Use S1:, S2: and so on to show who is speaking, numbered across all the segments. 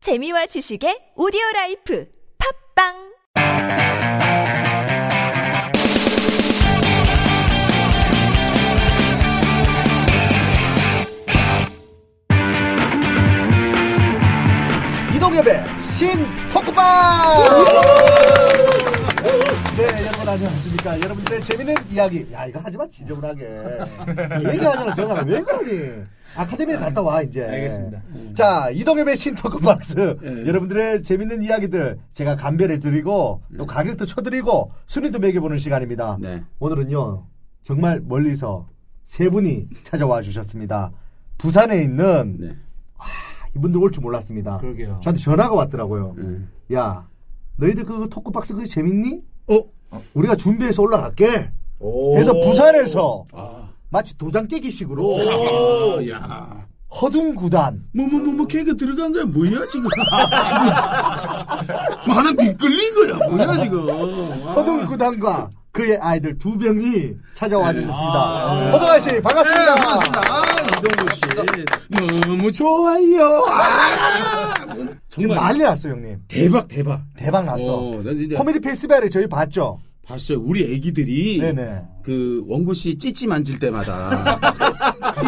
S1: 재미와 지식의 오디오 라이프 팝빵
S2: 이동엽의 신토크방! 네, 여러분 안녕하십니까. 여러분들의 재밌는 이야기. 야, 이거 하지 마, 지저분하게. 얘기하잖아, 정아. 왜 그러니? 아카데미를 갔다 와, 이제.
S3: 알겠습니다. 네.
S2: 자, 이동엽의 신토크박스. 여러분들의 재밌는 이야기들 제가 감별해드리고, 또 가격도 쳐드리고, 순위도 매겨보는 시간입니다.
S3: 네.
S2: 오늘은요, 정말 멀리서 세 분이 찾아와 주셨습니다. 부산에 있는
S3: 네.
S2: 이분들 올 줄 몰랐습니다.
S4: 그러게요.
S2: 저한테 전화가 왔더라고요. 야, 너희들 그 토크박스 그거 재밌니? 어? 우리가 준비해서 올라갈게. 그래서 부산에서 마치 도장 깨기식으로
S3: 어, 야.
S2: 허둥구단.
S3: 뭐, 뭐, 뭐, 뭐, 걔가 들어간 거야? 뭐야, 지금? 뭐, 하나 미끌린 거야? 뭐야, 지금? 아.
S2: 허둥구단과 그의 아이들 두 명이 찾아와 주셨습니다. 허둥아 씨, 반갑습니다.
S3: 반갑습니다. 아, 이동국 씨. 너무 좋아요. 아,
S2: 지금
S3: 정말.
S2: 난리 났어, 형님.
S3: 대박, 대박.
S2: 대박 났어.
S3: 어, 난 진짜
S2: 코미디 페스티벌에 저희 봤죠?
S3: 봤어요. 우리 애기들이.
S2: 네네.
S3: 그, 원구 씨 찌찌 만질 때마다.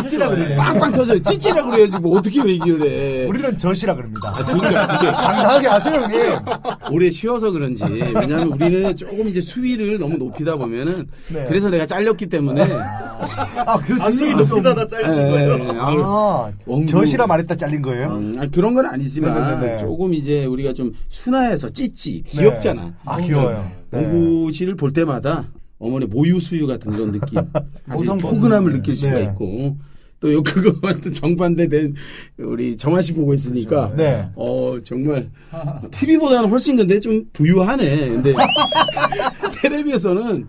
S2: 찌찌라 그러네.
S3: 빵빵 터져요. 찌찌라고 그래야지. 뭐, 어떻게 얘기를 해.
S2: 우리는 젖이라 그럽니다.
S3: 그러니까 그게
S2: 당당하게 하세요, 형님.
S3: 올해 쉬어서 그런지 왜냐하면 우리는 조금 이제 수위를 너무 높이다 보면은
S2: 네.
S3: 그래서 내가 잘렸기 때문에
S2: 아, 그
S4: 안성이 높이다다 짧으신
S3: 예,
S4: 거예요?
S3: 예, 예. 아유,
S2: 아,
S3: 원구.
S2: 젖이라 말했다 잘린 거예요? 네.
S3: 음, 아니, 그런 건 아니지만
S2: 네네네네.
S3: 조금 이제 우리가 좀 순화해서 찌찌 귀엽잖아 음,
S2: 네. 아, 귀여워요. 네.
S3: 농구 씨를 볼 때마다 어머니 모유 수유 같은 그런 느낌 아주
S2: 모성분.
S3: 포근함을 느낄 수가
S2: 네.
S3: 있고 또 요- 그거와 또 정반대된 우리 정아 씨 보고 있으니까
S2: 네.
S3: 어 정말 TV보다는 훨씬 근데 좀 부유하네 근데 텔레비에서는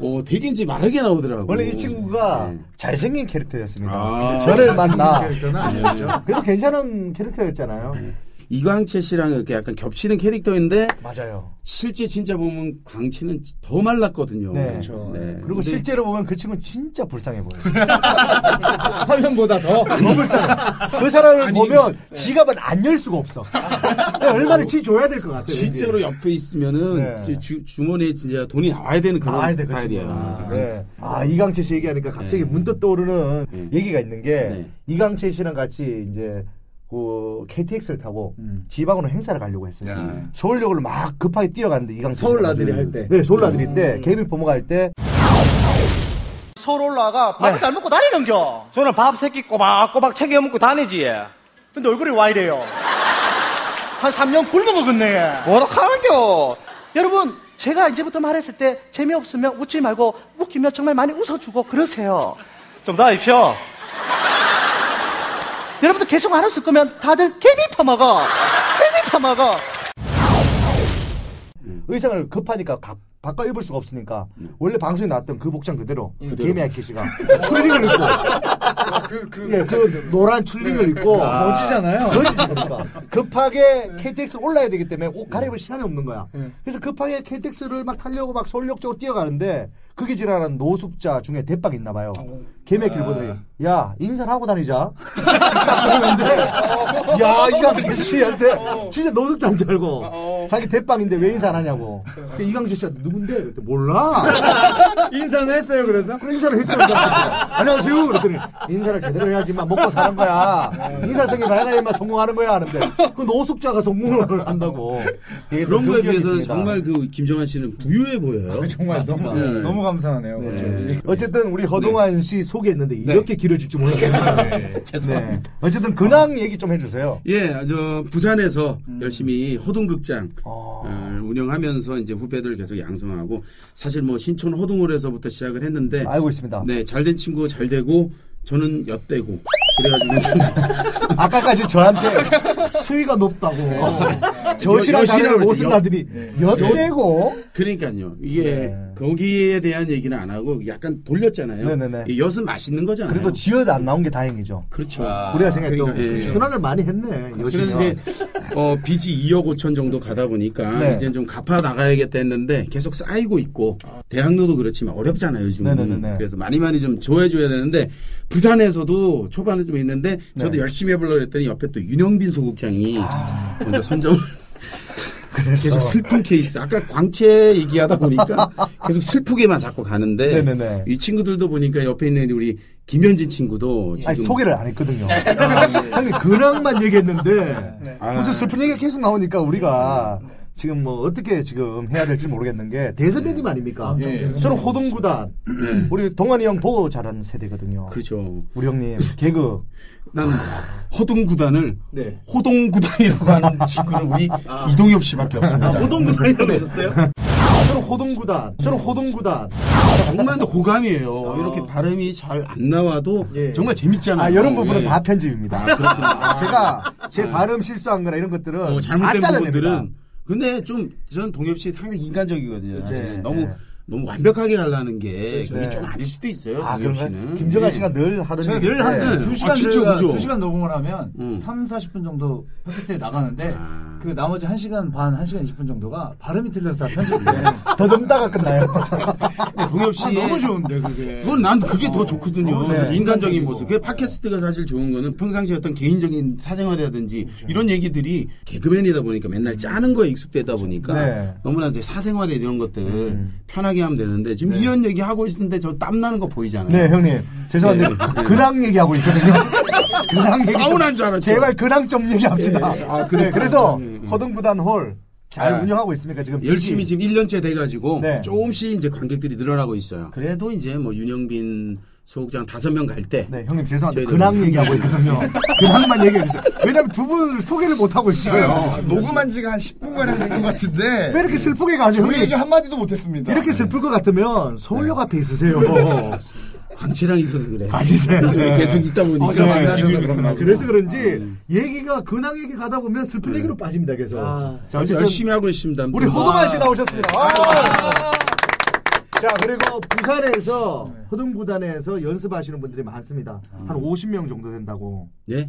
S3: 어 되게 이제 마르게 나오더라고
S2: 원래 이 친구가
S3: 네.
S2: 잘생긴 캐릭터였습니다.
S3: 아.
S2: 근데 저를 만나.
S4: 캐릭터는 아니었죠.
S2: 그래도 괜찮은 캐릭터였잖아요.
S3: 네. 이광채 씨랑 이렇게 약간 겹치는 캐릭터인데
S2: 맞아요.
S3: 실제 진짜 보면 광채는 더 말랐거든요.
S2: 네.
S3: 그렇죠. 네.
S2: 그리고 실제로 보면 그 친구는 진짜 불쌍해 보여요.
S5: 아,
S4: 화면보다 더.
S2: 너무 불쌍해. 그 사람을 보면
S3: 네.
S2: 지갑은 안 열 수가 없어. 네, 얼마를 지 줘야 될 것 같아요.
S3: 진짜로 옆에 있으면은
S2: 네.
S3: 주, 주머니에 진짜 돈이 나와야 되는 그런
S2: 아, 네, 그
S3: 스타일이야.
S2: 친구는. 네. 아, 이강채 씨 얘기하니까 갑자기 문득 떠오르는 얘기가 있는 게
S3: 네.
S2: 이강채 씨랑 같이 이제 그 KTX를 타고 지방으로 행사를 가려고 했어요.
S3: 야.
S2: 서울역으로 막 급하게 뛰어갔는데 이강채
S4: 서울
S2: 씨랑
S4: 나들이
S2: 같이.
S4: 할 때.
S2: 네, 서울 나들이 때 개미 부모갈 때
S6: 서울 올라가 밥을 잘 먹고 다니는겨. 네. 저는 밥 새끼 꼬박꼬박 챙겨 먹고 다니지. 근데 얼굴이 와 이래요. 한 3년 굶어먹었네. 뭐라카는겨. 여러분, 제가 이제부터 말했을 때 재미없으면 웃지 말고 웃기면 정말 많이 웃어주고 그러세요. 좀 더 하십시오. 여러분들 계속 안 웃을 거면 다들 개미 파먹어. 개미 파먹어.
S2: 의상을 급하니까 가- 바꿔 입을 수가 없으니까 원래 방송에 나왔던 그 복장 그대로 그 개미 아키 씨가 출리링을 입고 그, 그, 예, 그 노란 출리링을 입고
S4: 거지잖아요.
S2: 거지지 그러니까 급하게 KTX 올라야 되기 때문에 옷 갈아입을 시간이 없는 거야. 그래서 급하게 KTX를 막 타려고 막 서울역 쪽으로 뛰어가는데 그게 지나는 노숙자 중에 대빵 있나 봐요. 개맥길 보더니 야 인사를 하고 다니자. 그러는데 야 이강재 씨한테 진짜 노숙자인 줄 알고 자기 대빵인데 왜 인사 안 하냐고. 근데 이강재 씨가 누군데? 그랬더니 몰라.
S4: 인사는 했어요, 그래서?
S2: 그래 인사를 했죠. 안녕하세요. 그랬더니 인사를 제대로 해야지만 먹고 사는 거야.
S3: 네.
S2: 인사성이 밝아야만 성공하는 거야 하는데 그 노숙자가 성공을 한다고. 예,
S3: 그런
S2: 경쟁이
S3: 거에 비해서는
S2: 있습니다. 그렇죠.
S3: 정말 그 김정환 씨는 부유해 보여요.
S4: 정말 너무,
S3: 네.
S4: 너무 감사하네요.
S2: 네. 어쨌든 우리 허동환 씨 소개했는데 이렇게 길어질 줄 몰랐습니다.
S3: 네. 죄송합니다.
S2: 네. 어쨌든 근황 얘기 좀 해주세요.
S3: 예, 저 부산에서 열심히 허둥극장
S2: 어.
S3: 어, 운영하면서 이제 후배들 계속 양성하고 사실 뭐 신촌 허둥홀에서부터 시작을 했는데
S2: 알고 있습니다.
S3: 네, 잘된 친구 잘 되고 저는 엿되고 그래가지고
S2: 아까까지 저한테 수위가 높다고 젖이랑
S3: 어. 여-
S2: 다리를
S3: 여시라고
S2: 못
S3: 그러지. 여- 네.
S2: 쓴다더니 엿대고
S3: 그러니까요. 이게 거기에 대한 얘기는 안 하고 약간 돌렸잖아요.
S2: 네. 네네네.
S3: 이 엿은 맛있는 거잖아요.
S2: 그래도 지어도 안 나온 게 다행이죠.
S3: 그렇죠.
S2: 우리가 생각했던 그렇죠.
S3: 그러니까, 예.
S2: 순환을 많이 했네.
S3: 그래서
S2: 여시면.
S3: 이제 어, 빚이 2억 5천 정도 가다 보니까
S2: 네.
S3: 이제 좀 갚아 나가야겠다 했는데 계속 쌓이고 있고 대학로도 그렇지만 어렵잖아요 요즘.
S2: 네네네네.
S3: 그래서 많이 많이 좀 조해줘야 되는데 부산에서도 초반에 좀 있는데 저도
S2: 네.
S3: 열심히 해보려고 했더니 옆에 또 윤영빈 소극장이
S2: 아.
S3: 먼저 선정을 계속 슬픈 케이스. 아까 광채 얘기하다 보니까 계속 슬프게만 자꾸 가는데
S2: 네네네.
S3: 이 친구들도 보니까 옆에 있는 우리 김현진 친구도 지금 네.
S2: 아니 소개를 안 했거든요. 형님 근황만 얘기했는데 무슨 슬픈 얘기가 계속 나오니까 우리가 지금 뭐 어떻게 지금 해야 될지 모르겠는 게 대선배님
S3: 네.
S2: 아닙니까? 저는 호동구단 우리 동환이 형 보고 자란 세대거든요.
S3: 그렇죠.
S2: 우리 형님 개그
S3: 난 허동구단을
S2: 네.
S5: 네.
S3: 호동구단이라고 하는 친구는 우리 이동엽 씨밖에 없습니다.
S5: 네.
S6: 호동구단이라고 하셨어요?
S2: 아, 저는 호동구단
S3: 음.
S2: 저는 호동구단
S3: 아, 정말 근데 호감이에요. 이렇게 발음이 잘 안 나와도 정말 재밌잖아요.
S2: 아 이런 부분은
S3: 예.
S2: 다 편집입니다.
S3: 아, 그렇구나. 아.
S2: 제가 제 발음 실수한 거나 이런 것들은
S3: 어,
S2: 안
S3: 잘못된
S2: 잘라냅니다.
S3: 부분들은 근데 좀 저는 동엽 씨 상당히 인간적이거든요. 사실은.
S2: 네,
S3: 너무
S2: 네.
S3: 너무 완벽하게 하려는 게 그게
S2: 네.
S3: 좀 아닐 수도 있어요.
S2: 아
S3: 동엽
S2: 그런가요?
S3: 씨는
S2: 김정아
S3: 예.
S2: 씨가 늘 하던
S5: 제가
S2: 얘기인데
S5: 늘 하는
S3: 네.
S5: 두 시간
S3: 아, 진짜
S5: 저희가
S3: 그죠?
S5: 두 시간 녹음을 하면
S3: 음.
S5: 3, 40분 정도 팟캐스트에 나가는데
S3: 아.
S5: 그 나머지 1시간 반, 1시간 20분 정도가 발음이 틀려서 다 편집돼.
S2: 더듬다가 끝나요.
S3: 동엽 씨
S5: 아, 너무 좋은데 그게.
S3: 그건 난 그게 더 좋거든요.
S2: 네.
S3: 사실 어, 인간적인 모습. 그 팟캐스트가 사실 좋은 거는 평상시 어떤 개인적인 사생활이라든지 이런 얘기들이 개그맨이다 보니까 맨날 짜는 거에 익숙되다 보니까
S2: 네.
S3: 너무나 이제 사생활에 이런 것들 편하게 하면 되는데 지금 이런 얘기 하고 있는데 저 땀나는 거 보이잖아요.
S2: 네, 형님. 죄송한데,
S3: 네.
S2: 근황 얘기하고 있거든요. 근황 얘기. 좀-
S3: 사우나인 줄 알았죠.
S2: 제발 근황 좀 얘기합시다.
S7: 네. 아,
S2: 네, 그래. 그래서, 허등부단 홀, 잘
S3: 네.
S2: 운영하고 있습니까, 지금?
S3: 열심히
S2: PC?
S3: 지금 1년째 돼가지고
S2: 네.
S3: 조금씩 이제 관객들이 늘어나고 있어요. 그래도 이제 뭐 윤영빈 소극장 다섯 명 갈 때
S2: 네, 형님, 죄송한데,
S3: 저희들-
S2: 근황 얘기하고 있거든요. 근황만 얘기해주세요. 왜냐면 두 분을 소개를 못하고 있어요.
S7: 아, 녹음한 지가 한 10분간 된것 같은데
S2: 왜 이렇게 슬프게 가죠,
S7: 우리 얘기
S2: 형님?
S7: 한마디도 못했습니다. 네.
S2: 이렇게 슬플 것 같으면 서울역 앞에 있으세요.
S3: 광채랑 있어서 그래.
S2: 가시세요.
S3: 요즘에
S2: 네.
S3: 계속 있다 보니까
S5: 어제 만나셔서
S3: 기분이 그런가
S5: 그런가
S2: 그래서
S7: 아,
S2: 그런지
S7: 네.
S2: 얘기가 근황 얘기 가다 보면 슬픈 얘기로 빠집니다, 계속. 자,
S3: 아주
S2: 어쨌든
S3: 열심히 하고 있습니다.
S2: 우리
S5: 음.
S2: 호동환
S5: 아.
S2: 씨 나오셨습니다. 와. 자, 그리고 부산에서 호동구단에서 연습하시는 분들이 많습니다. 한 50명 정도 된다고.
S3: 예?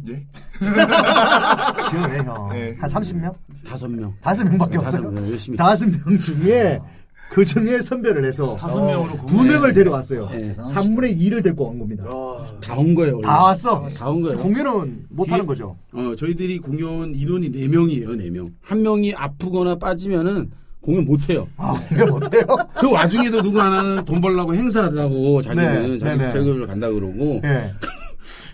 S2: 지원해, 형.
S5: 네.
S2: 한 30명?
S3: 다섯 명.
S2: 다섯 명밖에
S3: 아, 다섯
S2: 없어요.
S3: 명, 열심히.
S2: 다섯 명 중에 그 중에 선별을 해서
S5: 다섯 명으로
S2: 두 명을 데려왔어요.
S3: 네.
S2: 3분의 2를 데리고 간 겁니다.
S3: 어, 다 온 거예요. 원래.
S2: 다 왔어.
S3: 아, 다온 거예요.
S2: 공연은 못 하는 거죠.
S3: 어, 저희들이 공연 인원이 네명이에요네명한 명이 아프거나 빠지면은 공연 못 해요.
S2: 아, 공연 못 해요?
S3: 그 와중에도 누구 하나는 돈 벌라고 행사하더라고. 자기는
S2: 네,
S3: 자기
S2: 네, 네.
S3: 스타일을 간다 그러고.
S2: 예.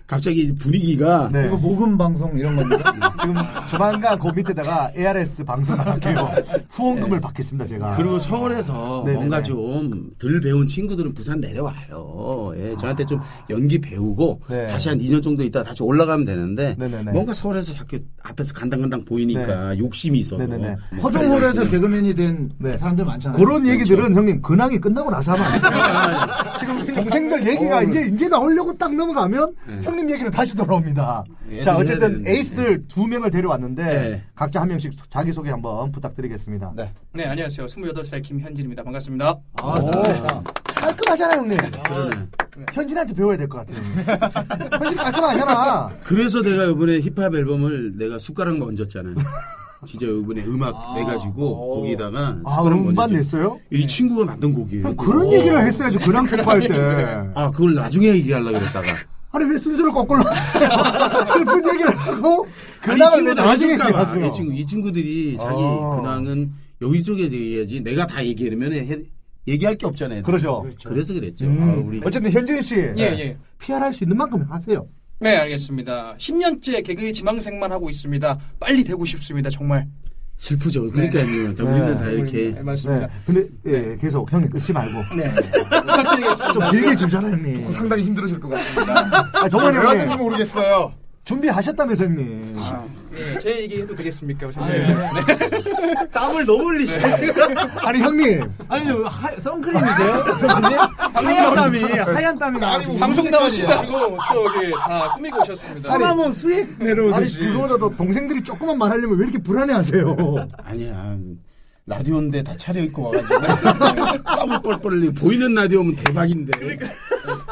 S3: 갑자기 분위기가
S2: 네.
S5: 이거 모금 방송 이런 겁니다.
S2: 지금 조만간 그 밑에다가 ARS 방송을 할게요. 후원금을 받겠습니다, 제가.
S3: 네. 그리고 서울에서
S2: 네, 네,
S3: 뭔가
S2: 네.
S3: 좀 덜 배운 친구들은 부산 내려와요. 예, 저한테 좀 연기 배우고
S2: 아. 네.
S3: 다시 한 2년 정도 있다 다시 올라가면 되는데
S2: 네, 네, 네.
S3: 뭔가 서울에서 자꾸 앞에서 간당간당 보이니까 욕심이 있어서
S2: 네, 네, 네.
S5: 허둥홀에서 개그맨이 된
S2: 네.
S5: 사람들 많잖아요.
S3: 그렇죠.
S2: 그런 얘기들은 형님 근황이 끝나고 나서 하면 안
S3: 아,
S2: 돼요. 지금
S3: 그러니까
S2: 동생들
S3: 어,
S2: 얘기가 이제 이제 나오려고 딱 넘어가면 형님 얘기로 다시 돌아옵니다.
S3: 예,
S2: 자
S3: 해야
S2: 어쨌든
S3: 되는데.
S2: 에이스들 두 명을 데려왔는데
S3: 네.
S2: 각자 한 명씩 소- 자기 소개 한번 부탁드리겠습니다.
S3: 네. 아,
S8: 네, 안녕하세요. 28살 김현진입니다. 반갑습니다.
S2: 오.
S3: 네.
S2: 깔끔하잖아요 형님.
S3: 그러네.
S2: 현진한테 배워야 될 것 같아요. 형님. 현진 깔끔하잖아.
S3: 그래서 내가 이번에 힙합 앨범을 내가 숟가락 얹었잖아요. 진짜 이번에 음악 내가지고 거기다가
S2: 아
S3: 숟가락
S2: 음반
S3: 얹었죠.
S2: 냈어요? 어,
S3: 이 친구가 만든 곡이에요.
S2: 그럼 그런 얘기를 했어야지 근황 토크할 때.
S3: 아 그걸 나중에 얘기하려고 그랬다가
S2: 아니 왜 순서를 거꾸로 하세요? 슬픈 얘기를 하고
S3: 아니, 그 이
S2: 근황을
S3: 친구
S2: 왜
S3: 나중에
S2: 그 나중에
S3: 얘기할까 봐.
S2: 얘기하세요?
S3: 이 친구 예, 이 친구들이 자기
S2: 아.
S3: 근황은 여기 쪽에 얘기해야지 내가 다 얘기하면 해, 얘기할 게 없잖아요.
S2: 그러죠.
S3: 래서 그랬죠.
S2: 음.
S3: 아, 우리
S2: 어쨌든 현진 씨
S8: 예, 예.
S2: PR할 수 있는 만큼 하세요.
S8: 네, 알겠습니다. 10년째 개그의 지망생만 하고 있습니다. 빨리 되고 싶습니다. 정말.
S3: 슬프죠. 그러니까요. 다 우리는 다 이렇게
S8: 네,
S2: 네.
S8: 맞습니다.
S2: 근데 예, 계속 형님 끊지 말고 좀
S8: 부탁드리겠습니다.
S2: 길게 주잖아 형님.
S7: 상당히 힘들으실 것 같습니다.
S2: 아,
S7: 정말
S2: 정말
S7: 왜 왔는지
S2: 형님
S7: 모르겠어요.
S2: 준비하셨다면서 형님.
S8: 예, 제 얘기 해도 되겠습니까? 네. 우리
S5: 예.
S8: 선배님?
S3: 땀을 너무 흘리시네.
S2: 아니 형님
S5: 아니 하, 선크림이세요? 선크림?
S4: 하얀 땀이 하얀 땀이 나오지.
S8: 방송 나오신다고 또 여기 다 꾸미고 오셨습니다.
S2: 아니,
S4: 소나무 수액
S2: 아니
S4: 내려오듯이.
S2: 그거보다도 동생들이 조금만 말하려면 왜 이렇게 불안해하세요?
S3: 아니야. 라디오인데 다 차려입고 와가지고. 땀을 뻘뻘 흘리고. 보이는 라디오면 대박인데.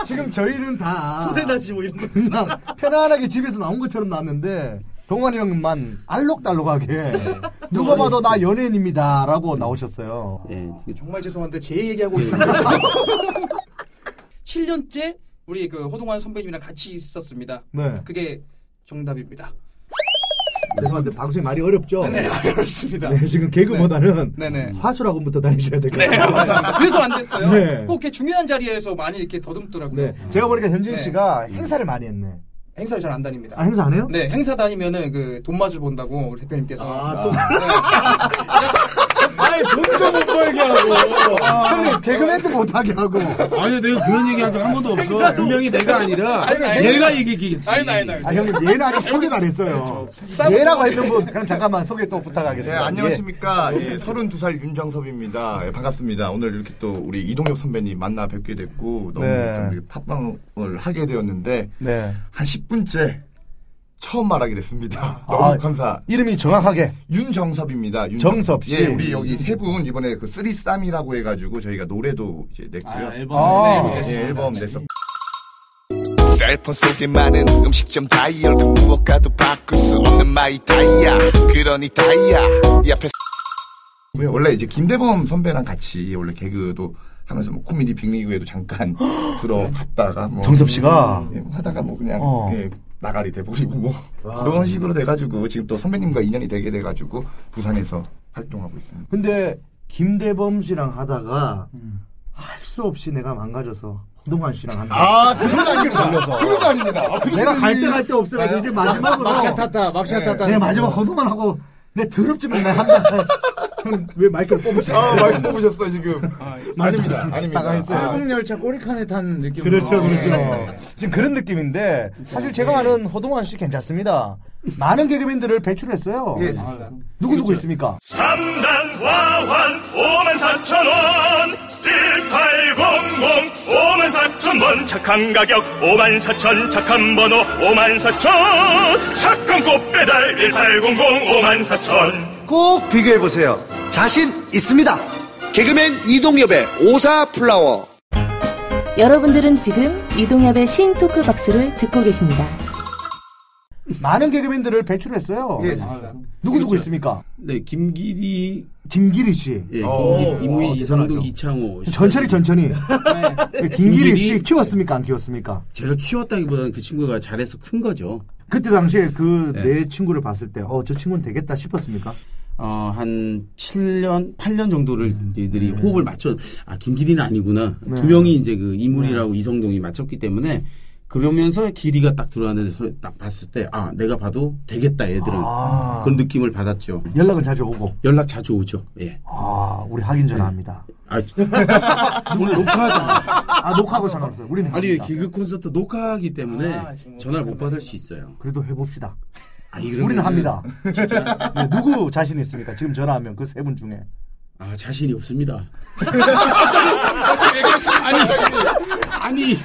S2: 지금 저희는 다
S3: 소대다시 뭐 이런 거.
S2: 그냥 편안하게 집에서 나온 것처럼 나왔는데 동환이 형만 알록달록하게 누가 봐도 나 연예인입니다라고 나오셨어요.
S3: 예.
S8: 정말 죄송한데 제 얘기하고 있습니다. 7년째 우리 그 호동환 선배님이랑 같이 있었습니다.
S2: 네.
S8: 그게 정답입니다.
S2: 죄송한데 방송이 많이 어렵죠.
S8: 네, 어렵습니다.
S2: 네, 지금 개그보다는
S8: 네네.
S2: 화술학원부터 다니셔야 될 것 같아요.
S8: 감사합니다. 그래서 안 됐어요.
S2: 네.
S8: 꼭 이렇게 중요한 자리에서 많이 이렇게 더듬더라고요.
S2: 네, 제가 보니까 현진
S8: 네.
S2: 씨가 행사를 많이 했네.
S8: 행사를 잘 안 다닙니다.
S2: 아, 행사 안 해요?
S8: 네, 행사 다니면은 그 돈 맛을 본다고 우리 대표님께서.
S6: 아,
S8: 아,
S4: 아니 돈도 못 벌게 하고.
S2: 아, 형님, 개그맨도 못하게 하고.
S3: 아니, 내가 그런 얘기 한 적 한 번도 없어. 분명히 내가 아니라.
S8: 아니, 아니.
S3: 얘가 얘기겠지.
S8: 아니, 아니, 아니.
S2: 아, 형님, 얘는 아직 소개도 안 했어요. 얘라고 했던 분, 그럼 잠깐만 소개 또
S7: 네,
S2: 부탁하겠습니다.
S7: 안녕하십니까. 예, 32살 윤정섭입니다. 예, 반갑습니다. 오늘 이렇게 또 우리 이동엽 선배님 만나 뵙게 됐고, 너무
S2: 네.
S7: 좀 이렇게 팟빵을 하게 되었는데,
S2: 예. 네.
S7: 한 10분째 처음 말하게 됐습니다.
S2: 아.
S7: 너무 감사.
S2: 이름이 정확하게.
S7: 윤정섭입니다. 윤-
S2: 정섭 씨.
S7: 예, 우리 여기 세 분 이번에 그 쓰리쌈이라고 해가지고 저희가 노래도 이제 냈고요.
S4: 아,
S7: 예, 앨범 냈었고.
S9: 셀폰 속에 많은 음식점 다이얼 그 무엇과도 바꿀 수 없는 마이 다이아 그러니 다이아 옆에
S7: 왜 원래 이제 김대범 선배랑 같이 원래 개그도 하면서 뭐 코미디 빅리그에도 잠깐 들어갔다가 뭐
S2: 정섭 씨가?
S7: 예, 뭐 하다가 뭐 그냥
S2: 어.
S7: 예, 나가리 돼버리고 뭐 그런 식으로 돼가지고 지금 또 선배님과 인연이 되게 돼가지고 부산에서 활동하고 있습니다.
S2: 근데, 김대범 씨랑 하다가, 할 수 없이 내가 망가져서, 허동환 씨랑 한다.
S7: 아 그건 아닙니다. 그건 아닙니다.
S2: 내가 갈 때 갈 때 없어가지고, 네. 이제 마지막으로.
S5: 막차 탔다 막차 탔다
S2: 내 마지막 허동환하고, 내 더럽지만 내가 한다. 형님, 왜 마이크를 뽑으시죠?
S7: 아 많이 뽑으셨어 지금. 아닙니다. 아닙니다.
S5: 설국 열차 꼬리칸에 탄 네. 느낌
S2: 그렇죠, 그렇죠. 지금 그런 느낌인데 사실 제가 아는 허동환 씨 괜찮습니다. 많은 개그맨들을 배출했어요.
S7: 예.
S2: 누구 누구 있습니까?
S10: 삼단 화환 5만 4천 원 1800, 5만 4천 원 착한 가격 5만 4천 착한 번호 5만 4천 착한 꽃배달 1800, 5만 4천
S11: 꼭 비교해보세요. 자신 있습니다. 개그맨 이동엽의 오사 플라워.
S1: 여러분들은 지금 이동엽의 신토크 박스를 듣고 계십니다.
S2: 많은 개그맨들을 배출했어요.
S7: 예.
S2: 누구 누구 있습니까?
S3: 네, 김기리.
S2: 김기리 씨.
S3: 예,
S7: 어,
S3: 김기리, 임미,
S2: 와,
S3: 이상도,
S2: 대단하죠.
S3: 이창호.
S2: 천천히 천천히. 김기리
S3: 김기리?
S2: 그 씨 키웠습니까? 안 키웠습니까?
S3: 제가 키웠다기보다는 그 친구가 잘해서 큰 거죠.
S2: 그때 당시에 그
S3: 네.
S2: 내 친구를 봤을 때, 어, 저 친구는 되겠다 싶었습니까?
S3: 어, 한 7년, 8년 정도를
S2: 음.
S3: 이들이
S2: 네.
S3: 호흡을 맞춰, 아, 김기리는 아니구나. 두 명이 이제 그 이물이라고
S2: 네.
S3: 이성동이 맞췄기 때문에 그러면서 기리가 딱 들어왔는데 서- 딱 봤을 때, 아, 내가 봐도 되겠다, 얘들은.
S2: 아.
S3: 그런 느낌을 받았죠.
S2: 연락은 자주 오고.
S3: 연락 자주 오죠. 예.
S2: 아, 우리 하긴 전화합니다.
S3: 아, 오늘 녹화하잖아.
S2: 아, 녹화하고 상관없어요. 우리는
S3: 아니,
S2: 합니다.
S3: 개그 콘서트 녹화하기 때문에 전화를 못 받을 수 있어요.
S2: 그래도 해봅시다.
S3: 아니,
S2: 아, 우리는
S3: 그러면은
S2: 합니다. 네, 누구 자신 있습니까? 지금 전화하면 그 세 분 중에.
S3: 아, 자신이 없습니다.
S8: 갑자기 얘기하시는 아니,
S3: 아니,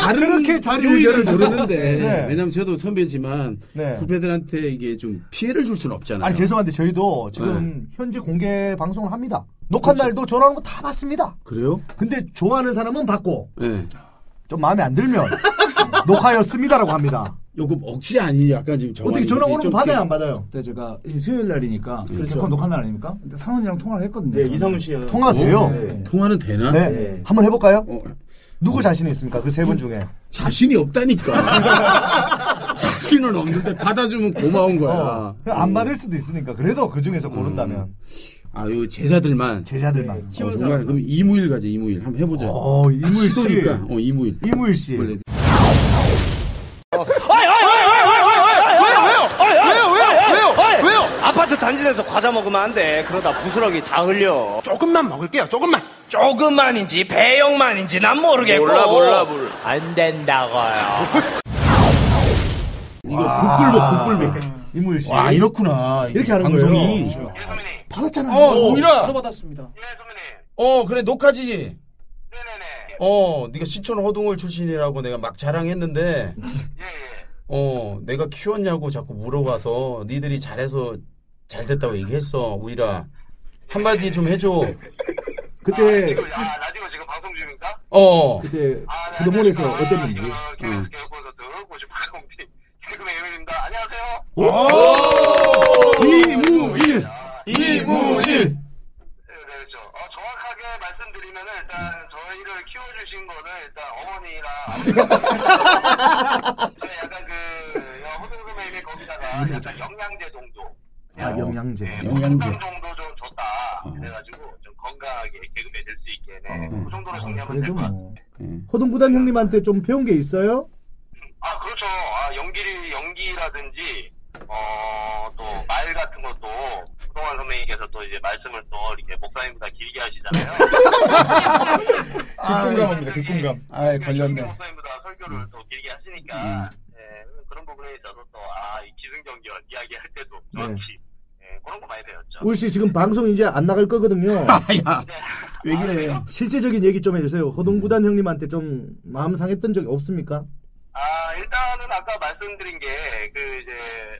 S2: 아니 그렇게 자리를
S3: 요일을
S2: 열어주고.
S3: 모르는데
S2: 네.
S3: 왜냐면 저도 선배지만
S2: 네.
S3: 후배들한테 이게 좀 피해를 줄 수는 없잖아요.
S2: 아니 죄송한데 저희도
S3: 네.
S2: 지금 현재 공개 방송을 합니다. 녹화
S3: 그렇죠.
S2: 날도 전화하는 거 다 받습니다.
S3: 그래요?
S2: 근데 좋아하는 사람은 받고
S3: 예.
S2: 좀 마음에 안 들면 녹화였습니다라고 합니다.
S3: 요금 억지 아니 약간 지금
S2: 어떻게 전화 오는 거 받아요 안 받아요?
S5: 그때 제가 이 수요일 날이니까 그렇죠. 녹화 날 아닙니까? 근데 네, 상훈이랑 통화를 했거든요. 저는.
S3: 씨야.
S2: 통화가 돼요?
S3: 통화는 되나?
S2: 네, 한번 해볼까요?
S3: 어,
S2: 누구 자신 있습니까? 그 세 분 중에
S3: 자신이 없다니까. 자신은 없는데 받아주면 고마운 거야.
S2: 어,
S3: 음.
S2: 안 받을 수도 있으니까 그래도 그 중에서 고른다면
S3: 아, 요 제자들만.
S2: 제자들만.
S3: 어, 정말 그럼 이무일 가자. 이무일 한번 해보자.
S2: 어 이무일 씨,
S3: 시도니까. 어, 이무일.
S2: 이무일 씨.
S3: 원래
S8: 아,
S7: 아.
S6: 아파트 단지 내에서 과자 먹으면 안 돼. 그러다 부스러기 다 흘려.
S9: 조금만 먹을게요 조금만
S6: 조금만인지 배영만인지 난 모르겠고. 몰라 몰라 몰라. 안 된다고요.
S3: 이거 북불복, 북불복.
S2: 이무일 씨.
S3: 와, 이렇구나. 이게
S2: 이렇게 하는
S3: 방송이.
S2: 거예요. 받았잖아요.
S3: 어, 동일아.
S8: 바로 받았습니다.
S3: 어, 그래, 녹화지. 예, 네네네. 어, 네가 시천 허둥을 출신이라고 내가 막 자랑했는데. 어, 내가 키웠냐고 자꾸 물어봐서 니들이 잘해서 잘 됐다고 얘기했어, 우일아. 한마디 좀 해줘.
S2: 그때
S3: 어.
S2: 그때 그동원에서 어땠는지.
S6: 음.
S3: 이무일. 이무일.
S2: 아, 영양제.
S3: 영양제.
S12: 네.
S2: 그래도 뭐. 호동구단 형님한테 좀 배운 게 있어요?
S12: 아, 그렇죠. 어, 그동안 선배님께서 또 이제 말씀을 또 이렇게 목사님보다 길게 하시잖아요.
S7: 극공감입니다. 극공감. 아, 걸렸네.
S1: 네.
S12: 네, 아,
S1: 네.
S12: 네,
S2: 우일 씨 지금 방송 이제 안 나갈 거거든요.
S3: 아,
S2: 아,
S3: 왜 그래요?
S2: 실제적인 얘기 좀 해주세요. 호동구단 형님한테 좀 마음 상했던 적이 없습니까?
S12: 아, 일단은 아까 말씀드린 게 그 이제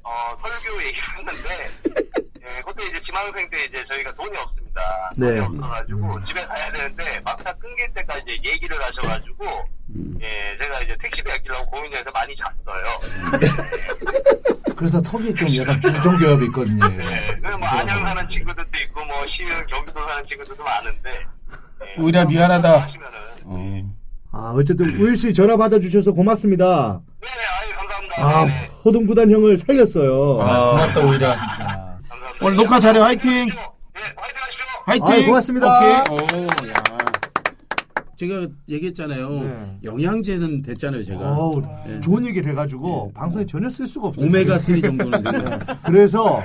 S12: 어, 설교 얘기했는데 예, 그때 이제 지망생 때 이제 저희가 돈이 없습니다.
S2: 네.
S12: 돈이 없어가지고 집에 가야 되는데 막상 끊길 때까지 이제 얘기를 하셔가지고 예, 제가 이제 택시비 아끼려고 고민해서 많이 잤어요.
S5: 그래서 턱이 좀 약간 부정교합이 있거든요.
S2: 네.
S12: 네, 그뭐 안양 사는 친구들도 있고 뭐 시흥 경기도 사는 친구들도 많은데
S3: 우일아, 미안하다. 어.
S2: 아, 어쨌든
S3: 네.
S2: 우일 씨 전화 받아주셔서 고맙습니다.
S12: 네,
S2: 아, 호동구단 형을 살렸어요.
S3: 아, 고맙다, 오히려. 오늘 녹화 잘해, 화이팅!
S12: 네,
S3: 화이팅!
S2: 아, 고맙습니다.
S3: 오케이. 오, 야. 제가 얘기했잖아요. 영양제는 됐잖아요, 제가.
S2: 네. 어우, 좋은 얘기를 해가지고 방송에 전혀 쓸 수가 없어요.
S3: 네. 오메가3 정도는 되네요.
S2: 그래서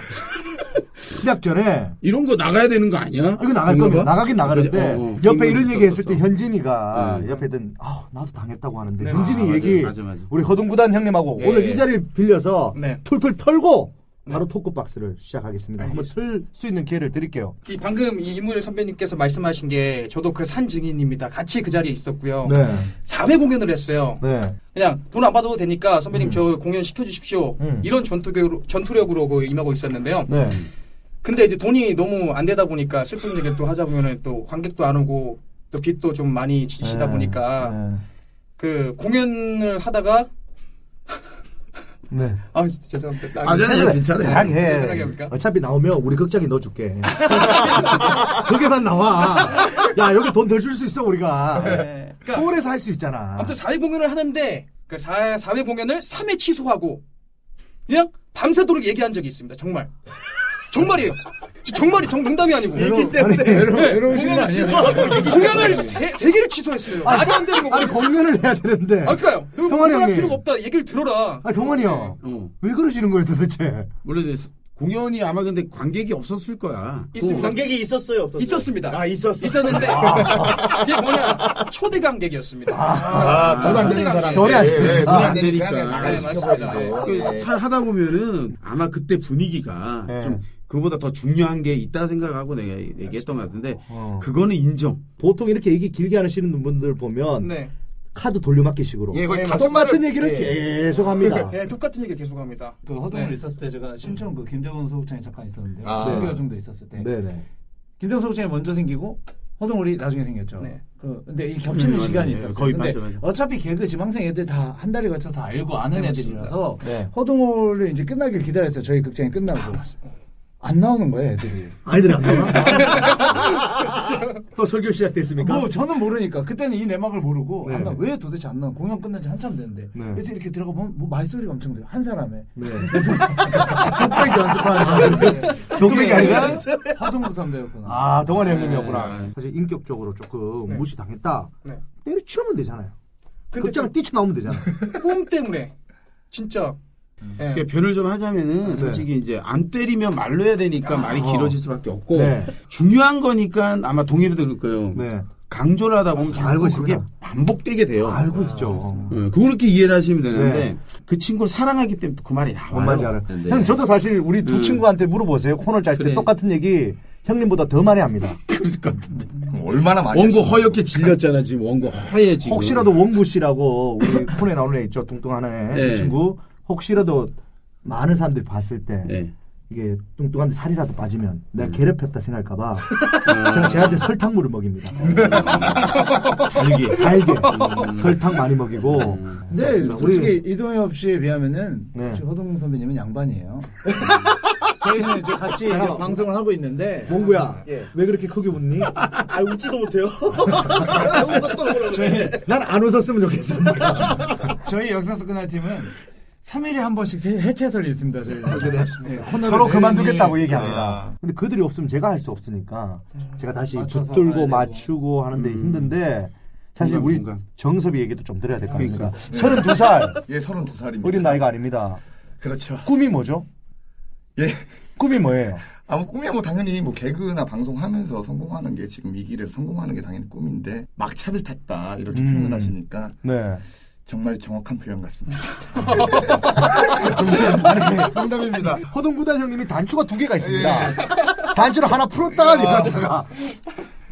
S2: 시작 전에
S3: 이런 거 나가야 되는 거 아니야?
S2: 이거 나갈
S3: 그런
S2: 겁니다.
S3: 거?
S2: 나가긴 나가는데
S3: 어, 어,
S2: 옆에
S3: 김건희
S2: 이런
S3: 있었어.
S2: 얘기 했을 때 현진이가 옆에 든 아, 나도 당했다고 하는데
S3: 네,
S2: 현진이
S3: 맞아,
S2: 얘기
S3: 맞아, 맞아.
S2: 우리 허둥구단 형님하고
S3: 예,
S2: 오늘
S3: 예.
S2: 이 자리를 빌려서
S8: 네.
S2: 툴툴 털고 바로 토크 박스를 시작하겠습니다. 한번 쓸 수 있는 기회를 드릴게요.
S8: 이 방금 이 이무일 선배님께서 말씀하신 게 저도 그 산 증인입니다. 같이 그 자리에 있었고요.
S2: 네.
S8: 4회 공연을 했어요.
S2: 네.
S8: 그냥 돈 안 받아도 되니까 선배님 저 공연 시켜주십시오.
S2: 음.
S8: 이런 전투력으로, 전투력으로 그 임하고 있었는데요.
S2: 네.
S8: 근데 이제 돈이 너무 안 되다 보니까 슬픈 얘기를 또 하자 보면은 또 관객도 안 오고 또 빚도 좀 많이 지시다
S2: 네,
S8: 보니까 그 공연을 하다가
S2: 네.
S8: 아 죄송합니다.
S2: 그냥
S8: 편하게
S2: 해.
S8: 합니까?
S2: 어차피 나오면 우리 극장에 넣어줄게. 거기만 나와. 야, 여기 돈 더 줄 수 있어, 우리가. 서울에서 할 수 있잖아.
S8: 아무튼 4회 공연을 하는데 그 4, 4회 공연을 3회 취소하고 그냥 밤새도록 얘기한 적이 있습니다. 정말. 정말이에요. 저 정말이 정 농담이 아니고.
S2: 얘기 때문에 아니, 외로- 외로우신 거
S8: 공연을
S2: 아니에요?
S8: 취소하고 공연을 세, 세 개를 취소했어요. 말이 안 되는 거고.
S2: 아니, 공연을 해야 되는데.
S8: 아 그러니까요. 너
S2: 형환이
S8: 공연할
S2: 형님.
S8: 필요가 없다. 얘기를 들어라.
S2: 아, 경환이 형. 왜 그러시는 거예요, 도대체?
S3: 어. 원래 공연이 아마 근데 관객이 없었을 거야.
S8: 있습니다.
S6: 관객이 있었어요, 없었어요?
S8: 있었습니다.
S6: 아, 있었어. 아.
S8: 있었는데 이게 뭐냐 초대 관객이었습니다.
S3: 아, 돈안 되는 사람.
S8: 돈이 안 되니까.
S3: 예, 돈이 안 되니까.
S8: 네, 맞습니다.
S2: 네.
S3: 그
S7: 예.
S3: 하- 하다 보면은 아마 그때 분위기가 좀 그보다 더 중요한 게 있다 생각하고 내가 얘기했던 것 같은데
S2: 어.
S3: 그거는 인정.
S2: 보통 이렇게 얘기 길게 하시는 분들 보면
S8: 네.
S2: 카드 돌려막기 식으로
S8: 예, 거의
S2: 똑같은
S8: 말씀을-
S2: 얘기를
S8: 예.
S2: 계속 합니다.
S8: 네, 똑같은 얘기를 계속합니다.
S5: 그 허동을
S8: 네.
S5: 있었을 때 제가 신촌 그 김대원 소극장에 잠깐 있었는데
S2: 아.
S5: 3개월 정도 있었을 때
S2: 네네.
S5: 김대원 소극장이 먼저 생기고 허동울이 나중에 생겼죠.
S2: 네.
S5: 그, 근데 이 겹치는
S2: 음,
S5: 시간이
S2: 맞아요.
S5: 있었어요.
S2: 거의
S5: 근데
S2: 맞아요, 맞아요.
S5: 어차피 개그 지망생 애들 다 한 달에 걸쳐서 다 알고 아는
S2: 네, 맞습니다.
S5: 애들이라서
S2: 네. 아,
S5: 허동호를 이제 끝나길 기다렸어요. 저희 극장이 끝나고. 안 나오는 거예요, 애들이.
S2: 아이들이 안 나와? 또 설교 시작됐습니까?
S5: 뭐 저는 모르니까 그때는 이 내막을 모르고 안 나, 왜 도대체 안 나? 공연 끝난 지 한참 됐는데
S2: 네.
S5: 그래서 이렇게 들어가 보면 뭐 말소리가 엄청 들려 한 사람의
S2: 네.
S5: 독백 연습하는
S2: 독백이 아, 아니라?
S5: 예, 허동구 선배였구나.
S2: 아, 동환이 형님이었구나. 사실 인격적으로 조금 무시당했다.
S8: 네. 그
S2: 때려치우면 되잖아요. 극장을 뛰쳐나오면 되잖아.
S8: 꿈 때문에 진짜
S2: 음.
S8: 예.
S3: 그러니까 변을 좀 하자면은
S2: 네.
S3: 솔직히 이제 안 때리면 말로 해야 되니까 말이 길어질 수밖에 없고
S2: 아. 네.
S3: 중요한 거니까 아마 동의를 들을 거예요. 강조를 하다 보면 자꾸 그게 반복되게 돼요.
S2: 알고 있죠.
S3: 예, 그렇게 이해를 하시면 되는데 그 친구를 사랑하기 때문에 그 말이 나와요.
S2: 뭔 말인지 알아요. 형님 저도 사실 우리 두
S3: 네. 음.
S2: 친구한테 물어보세요. 코너 짤 때
S3: 그래.
S2: 똑같은 얘기 형님보다 더 많이 합니다.
S3: 그랬을 것 같은데.
S7: 얼마나 많이
S3: 원고 허옇게 질렸잖아 지금 원고 허예 지금.
S2: 혹시라도 원구 씨라고 우리 코너에 나오는 애 있죠. 뚱뚱한 애.
S3: 네.
S2: 그 친구 혹시라도 많은 사람들이 봤을 때
S3: 네.
S2: 이게 뚱뚱한데 살이라도 빠지면
S3: 음.
S2: 내가 괴롭혔다 생각할까 봐 제가 쟤한테 설탕물을 먹입니다. 달게. 달게. 설탕 많이 먹이고
S3: 음.
S5: 근데
S2: 그렇습니다.
S5: 솔직히 이동엽 씨에 비하면은
S2: 네.
S5: 지금 허동 선배님은 양반이에요. 저희는 이제 같이 이제
S2: 잠깐만. 뭐
S5: 방송을 하고 있는데
S2: 몽구야 왜 그렇게 크게 웃니?
S6: 아 웃지도 못해요.
S5: 저희
S2: 난 안 웃었으면 좋겠습니다.
S5: 저희 역사서 끝날 팀은 3일에 한 번씩 해- 해체설이 있습니다. 저희 네, 코너를
S2: 아, 서로
S5: 매일
S2: 그만두겠다고 네.
S5: 매일
S2: 얘기합니다. 근데 그들이 없으면 제가 할 수 없으니까 제가 다시
S5: 음. 맞춰서 가야
S2: 붙들고
S5: 되고.
S2: 맞추고 하는데 힘든데 사실
S3: 공감,
S2: 우리
S3: 공감.
S2: 정섭이 얘기도 좀 드려야 될 것 같습니다.
S7: 예.
S2: 32살
S7: 예, 32살입니다.
S2: 어린 나이가 아닙니다.
S7: 그렇죠.
S2: 꿈이 뭐죠?
S7: 예.
S2: 꿈이 뭐예요?
S7: 아, 뭐 꿈이 뭐 당연히 뭐 개그나 방송하면서 성공하는 게 지금 이 길에서 성공하는 게 당연히 꿈인데 막차를 탔다 이렇게
S2: 음.
S7: 표현하시니까
S2: 네.
S7: 정말 정확한 표현 같습니다.
S2: 농담입니다. 예. 허동부단 형님이 단추가 두 개가 있습니다. 단추를 하나 풀었다가 내려다가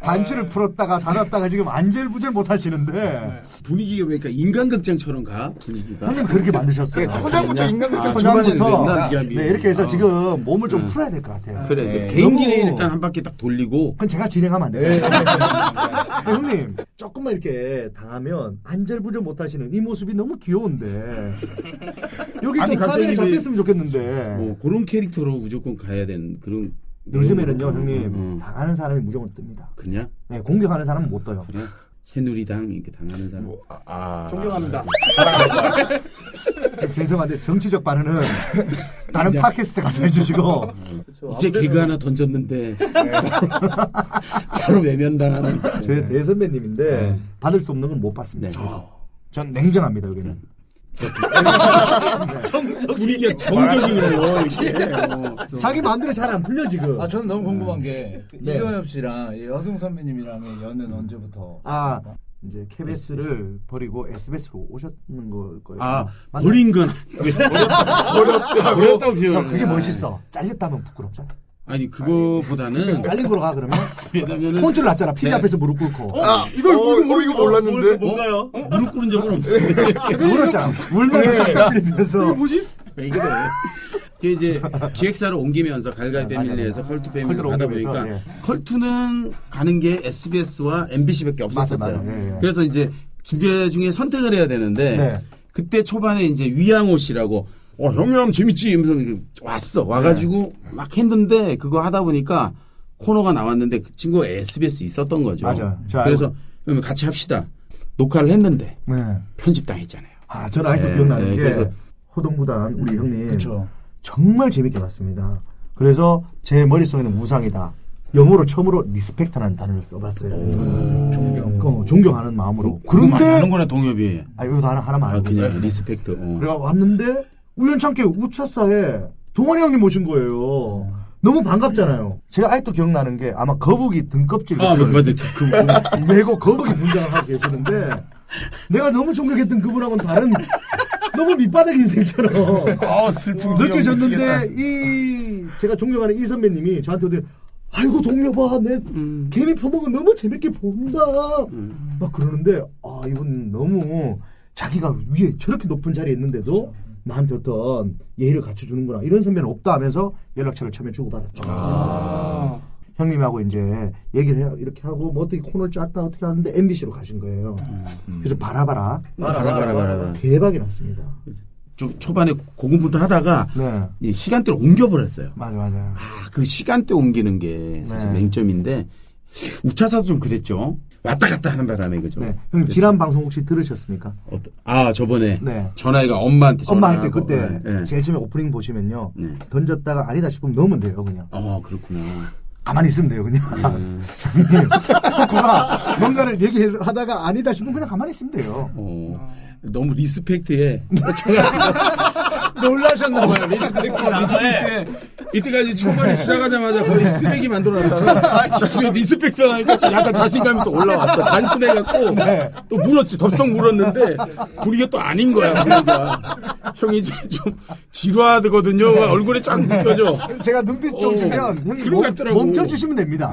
S2: 단추를 풀었다가 닫았다가 지금 안절부절 못 하시는데
S3: 분위기가 그러니까 인간극장처럼 가 분위기가.
S2: 형님 그렇게 만드셨어요.
S3: 그래, 초장부터 인간극장
S2: 아,
S3: 초반에
S2: 초장부터
S3: 맨날 미안해.
S2: 네, 이렇게 해서
S3: 아.
S2: 지금 몸을 좀
S3: 네.
S2: 풀어야 될 것 같아요.
S3: 그래
S2: 네.
S3: 그 개인기는
S2: 너무-
S3: 일단 한 바퀴 딱 돌리고.
S2: 그건 제가 진행하면 안 돼요. 아, 네. 형님 조금만 이렇게 당하면 안절부절 못하시는 이 모습이 너무 귀여운데 여기
S3: 아니,
S2: 좀 화면에
S3: 갑자기
S2: 잡혔으면 좋겠는데
S3: 뭐 그런 캐릭터로 무조건 가야 되는 그런.
S2: 네. 요즘에는요 형님
S3: 음,
S2: 당하는 사람이 무조건 뜹니다.
S3: 그냥
S2: 네, 공격하는 사람은 못 떠요.
S3: 그래 새누리당 이렇게 당하는 사람.
S7: 아,
S8: 존경합니다.
S2: 죄송한데 정치적 발언은 다른 팟캐스트 가서 해주시고
S3: 이제 개그 하나 네. 던졌는데 바로 외면당하는.
S2: 저의 대선배님인데 받을 수 없는 건 못 받습니다. 저도. 전 냉정합니다 여기는.
S3: 분위기가 뭐 정적이네요. 예, 뭐. 이렇게.
S2: 자기 마음대로 잘 안 풀려 지금.
S5: 아 저는 너무 궁금한 게그
S2: 네.
S5: 이동엽 씨랑 이 허동 선배님이랑의 연애는 언제부터?
S2: 아 이제 KBS를 버리고 SBS로 오셨는 걸 거예요.
S3: 아,
S2: 맞나요?
S3: 버린 건
S2: 형, 아,
S3: 어렵다고 어렵다고 표현을 아, 예.
S2: 그게
S3: 해.
S2: 멋있어. 잘렸다면 부끄럽잖아.
S3: 아니 그거보다는
S2: 잘린 거로 가 그러면.
S3: 왜냐면은
S2: 혼줄 났잖아. 피디
S3: 네.
S2: 앞에서 무릎 꿇고.
S3: 아,
S7: 이걸 모르고 이거 몰랐는데.
S3: 뭔가요? 어, 무릎 꿇은 적은 없는데
S2: 울었잖아. 울면서 그렇죠. 싹싹 빌리면서. 이게
S3: 뭐지? 왜 그래? 이게 이제 기획사를 옮기면서 갈갈 패밀리에서 컬투 패밀리로
S2: 아, 컬투로
S3: 가다
S2: 옮기면서, 예.
S3: 보니까 컬투는 가는 게 SBS와 MBC밖에 없었었어요.
S2: 맞아요, 맞아요. 예, 예.
S3: 그래서 이제 두 개 중에 선택을 해야 되는데
S2: 네.
S3: 그때 초반에 이제 위양호 씨라고 어 형이랑 재밌지 이러면서 이렇게 왔어 와가지고
S2: 네.
S3: 막 했는데 그거 하다 보니까 코너가 나왔는데 그 친구가 SBS 있었던 거죠.
S2: 맞아요. 저 알고-
S3: 그래서 그러면 같이 합시다. 녹화를 했는데
S2: 네.
S3: 편집당했잖아요.
S2: 아, 저는 아직도
S3: 네,
S2: 기억나는
S3: 네,
S2: 게
S3: 그래서- 음,
S2: 호동구단 우리 형님 정말 재밌게 봤습니다. 그래서 제 머릿속에는 우상이다. 영어로 처음으로 리스펙트라는 단어를 써봤어요. 어, 존경. 존경하는 마음으로.
S3: 그거
S2: 그런데
S3: 많이 하는 거나 동엽이.
S2: 아, 이거 하나 하나만
S3: 아,
S2: 알고
S7: 네.
S3: 그냥
S2: 있어요.
S3: 리스펙트. 어.
S2: 그래가 왔는데 우연찮게 우차사에 동환이 형님 오신 거예요. 너무 반갑잖아요. 제가 아직도 기억나는 게 아마 거북이 등껍질
S3: 아,
S7: 그
S3: 맞- 맞아.
S2: 메고 거북이 분장을 하고 계시는데 내가 너무 존경했던 그분하고는 다른 너무 밑바닥 인생처럼
S7: 아, 슬픈 기억 미치겠다.
S2: 어, 느껴졌는데 이 제가 존경하는 이 선배님이 저한테 오더니 아이고 동료봐 내
S3: 음.
S2: 개미 표목은 너무 재밌게 본다 막 그러는데 아 이분 너무 자기가 위에 저렇게 높은 자리에 있는데도
S3: 그렇죠.
S2: 나한테 어떤 예의를 갖춰주는구나 이런 선배는 없다 하면서 연락처를 처음에 주고받았죠
S3: 아.
S2: 형님하고 이제 얘기를 해요. 이렇게 하고 뭐 어떻게 코너를 짰다 어떻게 하는데 MBC로 가신 거예요. 그래서 바라바라
S3: 음. 바라바라, 바라바라. 그렇죠.
S2: 대박이 났습니다.
S3: 좀 초반에 고군분투 하다가
S2: 네.
S3: 이 시간대를 옮겨버렸어요.
S2: 맞아 맞아.
S3: 아, 그 시간대 옮기는 게 사실
S2: 네.
S3: 맹점인데 우차사도 좀 그랬죠. 왔다 갔다 하는 바람에 그죠.
S2: 네. 형님 지난 방송 혹시 들으셨습니까?
S3: 어떠- 아 저번에
S2: 네.
S3: 전화해가 엄마한테 네. 전화
S2: 엄마한테 그때 제일 처음에 오프닝 보시면요.
S3: 네.
S2: 던졌다가 아니다 싶으면 넣으면 돼요 그냥.
S3: 아 그렇구나.
S2: 가만히 있으면 돼요 그냥.
S3: 네.
S2: 토크가 뭔가를 얘기하다가
S5: 어.
S2: 아니다 싶으면 그냥 가만히 있으면 돼요.
S3: 어, 너무 리스펙트에
S5: 놀라셨나봐요. 리스크 듣고
S3: 어, 리스펙 때 이때까지 초반에 시작하자마자 거의 쓰레기 만들어놨다가 나중에 리스펙 선하니까 좀 약간 자신감이 또 올라왔어. 단순해갖고
S5: 네.
S3: 또 물었지. 덥석 물었는데 분위기가 또 아닌 거야. 분위기가. 형이 이제 좀 지루하거든요. 얼굴에 쫙 느껴져.
S2: 제가 눈빛 좀
S3: 어,
S2: 주면 형님
S3: 그런 것 같더라고. 음.
S2: 멈, 춰주시면 됩니다.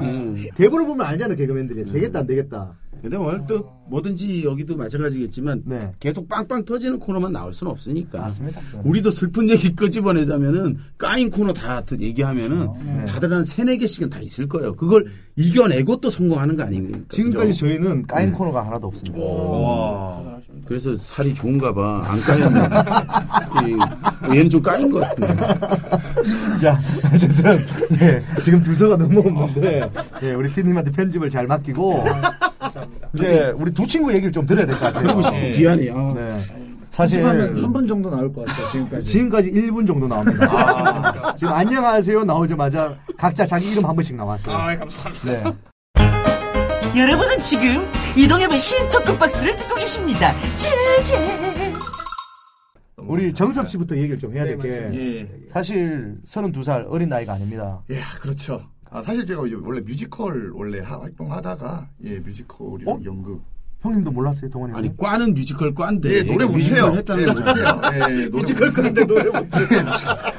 S2: 대본을 보면 알잖아요, 개그맨들이. 되겠다, 안 되겠다.
S3: 근데 오늘 또 뭐든지 여기도 마찬가지겠지만 계속 빵빵 터지는 코너만 나올 수는 없으니까.
S2: 맞습니다.
S3: 우리도 슬픈 얘기 끄집어내자면은 까인 코너 다 얘기하면은 다들 한 세네 개씩은 다 있을 거예요. 그걸 이겨내고 또 성공하는 거 아닙니까?
S2: 지금까지
S3: 그죠?
S2: 저희는 까인
S3: 네.
S2: 코너가 하나도 없습니다.
S3: 와. 그래서 살이 좋은가 봐. 안 까였네. 이, 얘는 좀 까인 것 같은데.
S2: 자, 어쨌든, 예, 지금 두서가 너무 없는데, 예, 우리 피디님한테 편집을 잘 맡기고, 이제 우리 두 친구 얘기를 좀 들어야 될 것 같아요.
S5: 그러고 싶어요. 미안해요.
S13: 예.
S2: 네.
S5: 사실
S2: 사실,
S5: 하면 3분 정도 나올 것 같아요. 지금까지.
S2: 지금까지 1분 정도 나옵니다.
S13: 아, 그러니까.
S2: 지금 안녕하세요 나오자마자 각자 자기 이름 한 번씩 나왔어요.
S13: 아, 감사합니다.
S2: 네.
S13: 여러분은 지금 이동엽의 신토크 박스를 듣고 계십니다. 제제.
S2: 우리 정섭 씨부터 얘기를 좀
S13: 네,
S2: 해야 될 게
S13: 예,
S2: 사실 32살 어린 나이가 아닙니다.
S7: 예, 그렇죠. 아, 사실 제가 이제 원래 뮤지컬 원래 하- 활동하다가 예 뮤지컬 이랑 연극
S2: 형님도 몰랐어요 동원이
S3: 아니 과는 뮤지컬 과인데
S7: 예, 노래 못해요.
S3: 뮤지컬 했다는
S7: 예,
S3: 거잖아요.
S7: 못해요. 예, 노래
S3: 뮤지컬 과인데 노래 못해요.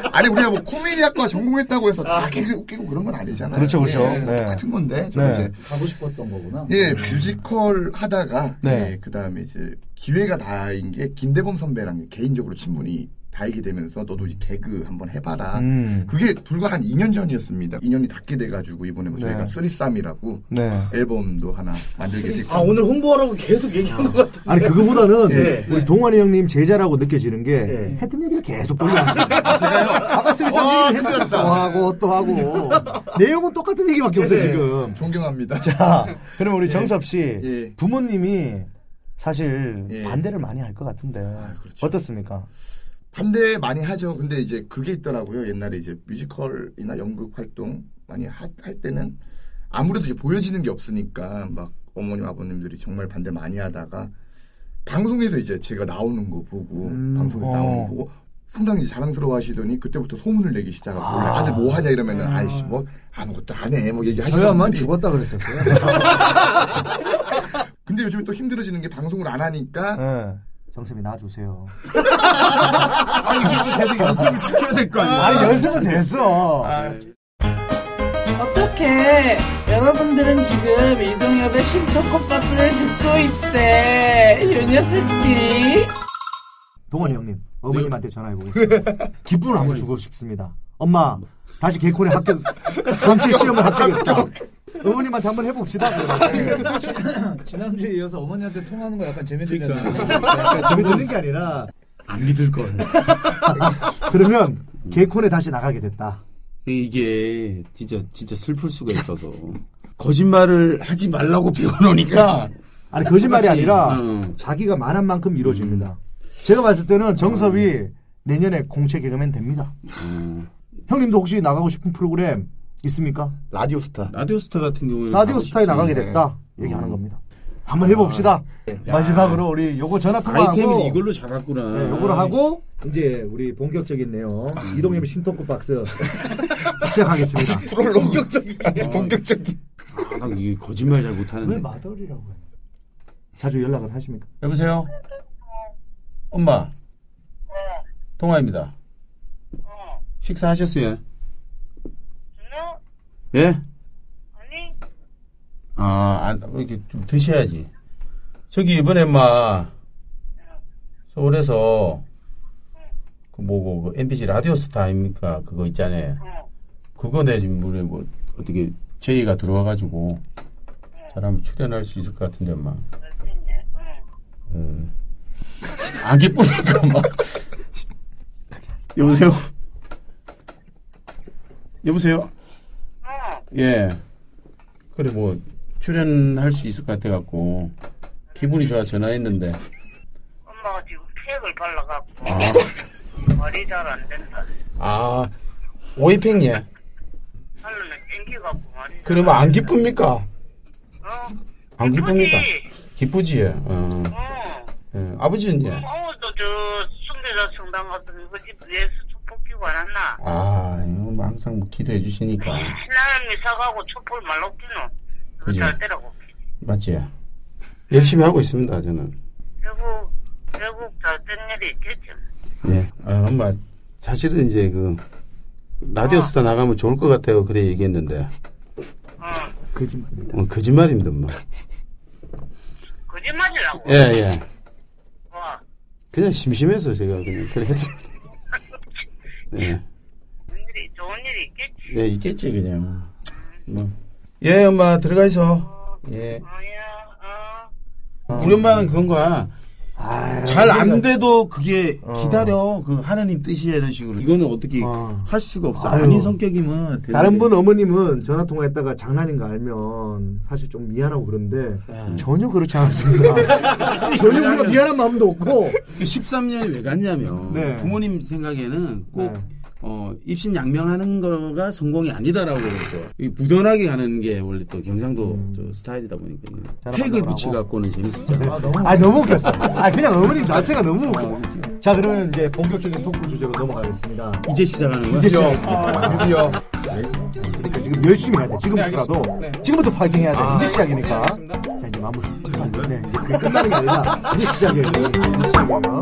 S7: 아니 우리가 뭐 코미디학과 전공했다고 해서 다 개그 웃기고 그런 건 아니잖아요.
S2: 그렇죠, 그렇죠.
S7: 예,
S2: 네.
S7: 똑같은 건데 제가
S2: 네.
S7: 이제
S5: 가고 싶었던 거구나.
S7: 예, 뮤지컬 하다가
S2: 네.
S7: 예, 그다음에 이제 기회가 다인 게 김대범 선배랑 개인적으로 친분이 닿게 되면서 너도 이제 개그 한번 해봐라.
S2: 음.
S7: 그게 불과 한 2년 전이었습니다. 2년이 닿게 돼가지고 이번에 뭐 저희가
S2: 네.
S7: 쓰리쌈이라고
S2: 네.
S7: 앨범도 하나 만들게 됐고.
S3: 아 오늘 홍보하라고 계속 얘기한 것 같아.
S2: 아니 그거보다는
S7: 네.
S2: 우리 동환이 형님 제자라고 느껴지는 게 했던 얘기를 계속 돌려요. 아까 쓰리쌈
S7: 예. 와,
S2: 얘기를 했는데 또
S7: 큰일 났다.
S2: 하고 또 하고 내용은 똑같은 얘기밖에 없어요
S7: 네.
S2: 지금.
S7: 존경합니다.
S2: 자, 그럼 우리 정섭 씨
S7: 예.
S2: 부모님이 사실 반대를 많이 할 것 같은데
S7: 아, 그렇죠.
S2: 어떻습니까?
S7: 반대 많이 하죠. 근데 이제 그게 있더라고요. 옛날에 이제 뮤지컬이나 연극 활동 많이 하- 할 때는 아무래도 이제 보여지는 게 없으니까 막 어머님 아버님들이 정말 반대 많이 하다가 방송에서 이제 제가 나오는 거 보고
S5: 음,
S7: 방송에서
S5: 어.
S7: 나오는 거 보고 상당히 자랑스러워 하시더니 그때부터 소문을 내기 시작하고 아. 아들 뭐 하냐 이러면은 아이씨 뭐 아무것도 안 해 뭐
S2: 네.
S7: 얘기하시더니
S5: 저야만 죽었다 그랬었어요.
S7: 근데 요즘에 또 힘들어지는 게 방송을 안 하니까
S2: 예. 정섭이 놔주세요.
S7: 아니 그래도 계속 연습을 시켜야 될 거 아니야. 아,
S2: 아니 연습은 됐어.
S13: 어떻게 여러분들은 지금 이동엽의 신토크 박스를 듣고 있대. 유녀스키.
S2: 동원이 형님 어머님한테
S3: 네.
S2: 전화해 보겠습니다. 기쁨을 한번 주고 싶습니다. 엄마 다시 개콘에 합격 다음 주에 시험을 합격했다. 어머님한테 한번 해봅시다.
S3: 네.
S5: 지난주에 이어서 어머니한테 통하는 거 약간 재밌는
S2: 그러니까.
S3: 네,
S2: 재밌는 게 아니라
S3: 안 믿을 걸.
S2: 그러면 개콘에 다시 나가게 됐다.
S3: 이게 진짜 진짜 슬플 수가 있어서 거짓말을 하지 말라고 배워놓으니까
S2: 아니 거짓말이
S3: 그러니까. 똑같이,
S2: 아니라
S3: 음. 음.
S2: 자기가 말한 만큼 이루어집니다. 제가 봤을 때는 정섭이 내년에 공채 개그맨 됩니다. 형님도 혹시 나가고 싶은 프로그램 있습니까?
S7: 라디오스타.
S3: 라디오스타 같은 경우에는
S2: 라디오스타에
S3: 가고
S2: 나가게
S3: 싶은데.
S2: 됐다 얘기하는 겁니다. 한번 해봅시다.
S3: 야.
S2: 마지막으로 우리 요거 전화
S3: 아이템을
S2: 통화하고
S3: 이걸로 아. 잡았구나.
S2: 네, 요거를 하고 이제 우리 본격적인 내용
S3: 아, 네.
S2: 이동엽의 신토크 박스 시작하겠습니다.
S7: 본격적인 아니 본격적인.
S3: 아, 나 이게 거짓말 잘 못하는데.
S2: 마돌이라고 해요? 자주 연락을 하십니까?
S3: 여보세요. 엄마. 동아입니다. 식사하셨어요? 예? 아니. 아, 안, 뭐 이렇게 좀 드셔야지. 저기 이번에 마 서울에서 그 뭐고 그 MBC 라디오스타 아닙니까 그거 있잖아요. 그거 내 지금 우리 뭐 어떻게 제의가 들어와가지고 잘 한번 출연할 수 있을 것 같은데 엄마. 음. 안 기쁘니까 막. 여보세요. 여보세요. 예. 그래 뭐 출연할 수 있을 것 같아 갖고 기분이 좋아 전화했는데.
S12: 엄마가 지금 팩을 발라갖고
S3: 아,
S12: 말이 잘 안 된다.
S3: 아 오이팽 예.
S12: 하려면 땡기갖고 말이.
S3: 그러면 안 기쁩니까?
S12: 어?
S3: 안 기쁩니까?
S12: 기쁘지.
S14: 어,
S3: 기쁘지 예. 어. 예. 아버지는 예.
S12: 어머도 저 순대자 성당
S14: 그냥 어떤 거지 예수 축복기 원했나?
S3: 아, 이거 뭐 항상 뭐 기도해 주시니까.
S14: 신나는 미사가고 축복을 말로 끼노.
S3: 그죠.
S14: 그잘 때라고.
S3: 맞지? 열심히 하고 있습니다, 저는.
S14: 결국 결국 잘된 일이 있겠죠.
S3: 예. 아, 엄마, 사실은 이제 그, 라디오
S2: 아.
S3: 스타 나가면 좋을 것 같아요. 그래 얘기했는데.
S2: 거짓말.
S3: 어, 거짓말입니다, 엄마.
S14: 거짓말이라고. 뭐,
S3: 예, 예.
S14: 와,
S3: 그냥 심심해서 제가 그냥 그래 했습니다. 예.
S14: 일이 좋은 일이 있겠지.
S3: 예, 있겠지, 그냥. 뭐. 예, 엄마, 들어가 있어. 예.
S14: 어?
S2: 어.
S3: 우리 엄마는 그런 거야.
S2: 아,
S3: 잘 안 돼도 그게
S2: 어.
S3: 기다려. 그 하나님 뜻이야, 이런 식으로. 이거는 어떻게 할 수가 없어.
S2: 아유.
S3: 아닌 성격이면.
S2: 그 다른 분 어머님은 전화 통화했다가 장난인 거 알면 사실 좀 미안하고 그런데
S3: 네.
S2: 전혀 그렇지 않았습니다. 전혀 우리가 미안한 마음도 없고.
S3: 그러니까 13년이 왜 갔냐면
S2: 네.
S3: 부모님 생각에는 꼭 어, 입신 양명하는 거가 성공이 아니다라고 그래서 이 부단하게 가는 게 원래 또 경상도
S2: 음.
S3: 저 스타일이다 보니까 팩을 붙여갖고는 재밌었잖아.
S2: 아 너무 웃겼어. 아 그냥 어머님 자체가 너무 웃겨. 자 그러면 이제 본격적인 토크 주제로 넘어가겠습니다.
S3: 이제 시작하는 거야?
S2: 이제 시작.
S3: 아,
S2: 드디어. 그러니까 지금 열심히 해야 돼. 지금부터라도 지금부터 파이팅해야 돼.
S3: 아,
S2: 이제 시작이니까. 자 이제 마무리. 그 네 이제 그게 끝나는 게 아니라 이제 시작이에요. 이제 시작이에요.